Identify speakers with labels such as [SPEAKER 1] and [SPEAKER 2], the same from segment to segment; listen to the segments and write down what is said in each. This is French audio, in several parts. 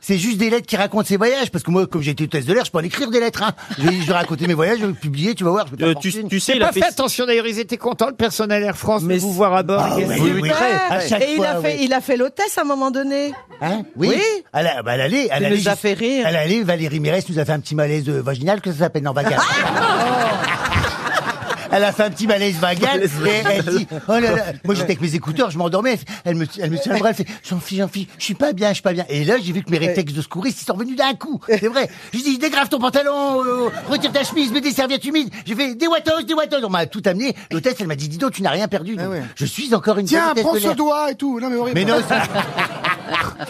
[SPEAKER 1] c'est juste des lettres qui racontent ses voyages. Parce que moi, comme j'étais hôtesse de l'air, je peux en écrire des lettres. Hein. Je, vais, je vais raconter mes voyages, je vais le publier, tu vas voir. Je vais
[SPEAKER 2] Euh, tu- tu sais, il a
[SPEAKER 3] pas
[SPEAKER 2] fait-
[SPEAKER 3] fait attention d'ailleurs, ils étaient contents, le personnel Air France, de vous voir à bord. Ils étaient-
[SPEAKER 1] oui, oui, très, à chaque
[SPEAKER 4] Et il a
[SPEAKER 1] fois,
[SPEAKER 4] fait,
[SPEAKER 1] oui.
[SPEAKER 4] il a fait l'hôtesse à un moment donné.
[SPEAKER 1] Hein oui.
[SPEAKER 4] Oui.
[SPEAKER 1] À la, bah, à l'aller, à
[SPEAKER 4] Tu
[SPEAKER 1] l'aller,
[SPEAKER 4] nous as
[SPEAKER 1] je-
[SPEAKER 4] fait rire.
[SPEAKER 1] À l'aller, Valérie Mérès nous a fait un petit malaise euh, vaginal, que ça s'appelle, non, vagal. Elle a fait un petit malaise vagal et elle dit Oh là là Moi j'étais avec mes écouteurs, je m'endormais. Elle me, elle me tient le bras, elle fait Jean-Philippe, Jean-Philippe, je suis pas bien, je suis pas bien. Et là j'ai vu que mes réflexes de secouriste ils sont venus d'un coup. C'est vrai. Je dis Dégrave ton pantalon, euh, retire ta chemise, mets des serviettes humides. J'ai fait Des wattos, des wattos. On m'a tout amené. L'hôtesse elle m'a dit Dis donc, tu n'as rien perdu. Donc, Je suis encore une
[SPEAKER 5] Tiens,
[SPEAKER 1] bonne hôtesse
[SPEAKER 5] prends
[SPEAKER 1] de
[SPEAKER 5] ce
[SPEAKER 1] l'air.
[SPEAKER 5] doigt et tout. Non, mais horrible.
[SPEAKER 1] Mais non, c'est-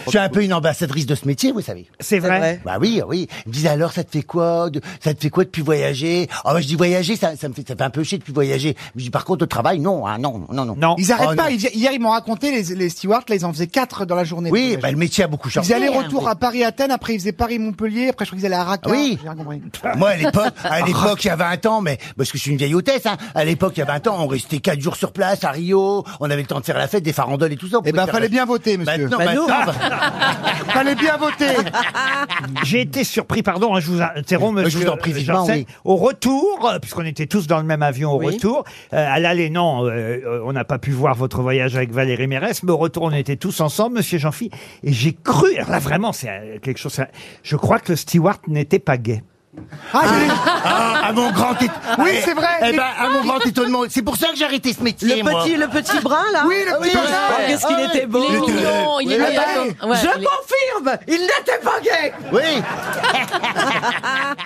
[SPEAKER 1] je suis un peu une ambassadrice de ce métier, vous savez.
[SPEAKER 3] C'est vrai.
[SPEAKER 1] Bah oui, oui. Ils me disent alors, ça te fait quoi de, Ça te fait quoi depuis voyager Ah bah je dis voyager, ça, ça me fait, ça fait un peu chier depuis voyager. Je dis par contre au travail, non, hein, non, non, non.
[SPEAKER 3] Non.
[SPEAKER 5] Ils arrêtent
[SPEAKER 1] Oh, non.
[SPEAKER 5] pas. ils- Hier, ils m'ont raconté, les, les stewards, là, ils en faisaient 4 dans la journée.
[SPEAKER 1] Oui,
[SPEAKER 5] Pour
[SPEAKER 1] bah, le métier a beaucoup changé.
[SPEAKER 5] Ils allaient retour
[SPEAKER 1] hein,
[SPEAKER 5] à Paris-Athènes, après ils faisaient Paris-Montpellier, après je crois qu'ils allaient à Raqqa.
[SPEAKER 1] Oui.
[SPEAKER 5] J'ai rien compris.
[SPEAKER 1] oui. Moi, à l'époque, à l'époque, il y a 20 ans, mais parce que je suis une vieille hôtesse, hein, à l'époque, il y a 20 ans, on restait 4 jours sur place à Rio, on avait le temps de faire la fête, des farandoles et tout ça. on pouvait
[SPEAKER 5] Eh ben,
[SPEAKER 1] faire
[SPEAKER 5] fallait
[SPEAKER 1] la- Bah,
[SPEAKER 5] bien voter, monsieur. Bah,
[SPEAKER 1] Maintenant, maintenant,
[SPEAKER 5] Fallait bien voter.
[SPEAKER 3] J'ai été surpris, pardon, hein, je vous interromps,
[SPEAKER 1] je
[SPEAKER 3] monsieur.
[SPEAKER 1] vous en prie vivement,
[SPEAKER 3] Janssen.
[SPEAKER 1] oui.
[SPEAKER 3] Au retour, euh, puisqu'on était tous dans le même avion au
[SPEAKER 4] Oui.
[SPEAKER 3] retour, euh, à l'aller, non, euh, euh, on n'a pas pu voir votre voyage avec Valérie Mérès, mais au retour, on était tous ensemble, monsieur jean phi et j'ai cru, alors là vraiment, c'est euh, quelque chose, c'est- je crois que le steward n'était pas gay.
[SPEAKER 5] Ah, j'ai-
[SPEAKER 1] Ah, à mon grand é-
[SPEAKER 5] Oui, c'est vrai.
[SPEAKER 1] Eh ben, à mon grand étonnement, c'est pour ça que j'ai arrêté ce métier.
[SPEAKER 4] Le
[SPEAKER 1] moi.
[SPEAKER 4] petit, le petit brun là.
[SPEAKER 5] Oui, le petit brun.
[SPEAKER 4] Oh, Qu'est-ce qu'il était beau.
[SPEAKER 6] Il est mignon, il est
[SPEAKER 5] Ouais.
[SPEAKER 6] mignon. Ouais,
[SPEAKER 4] Je
[SPEAKER 6] il est-
[SPEAKER 4] confirme, il n'était pas gay.
[SPEAKER 1] Oui.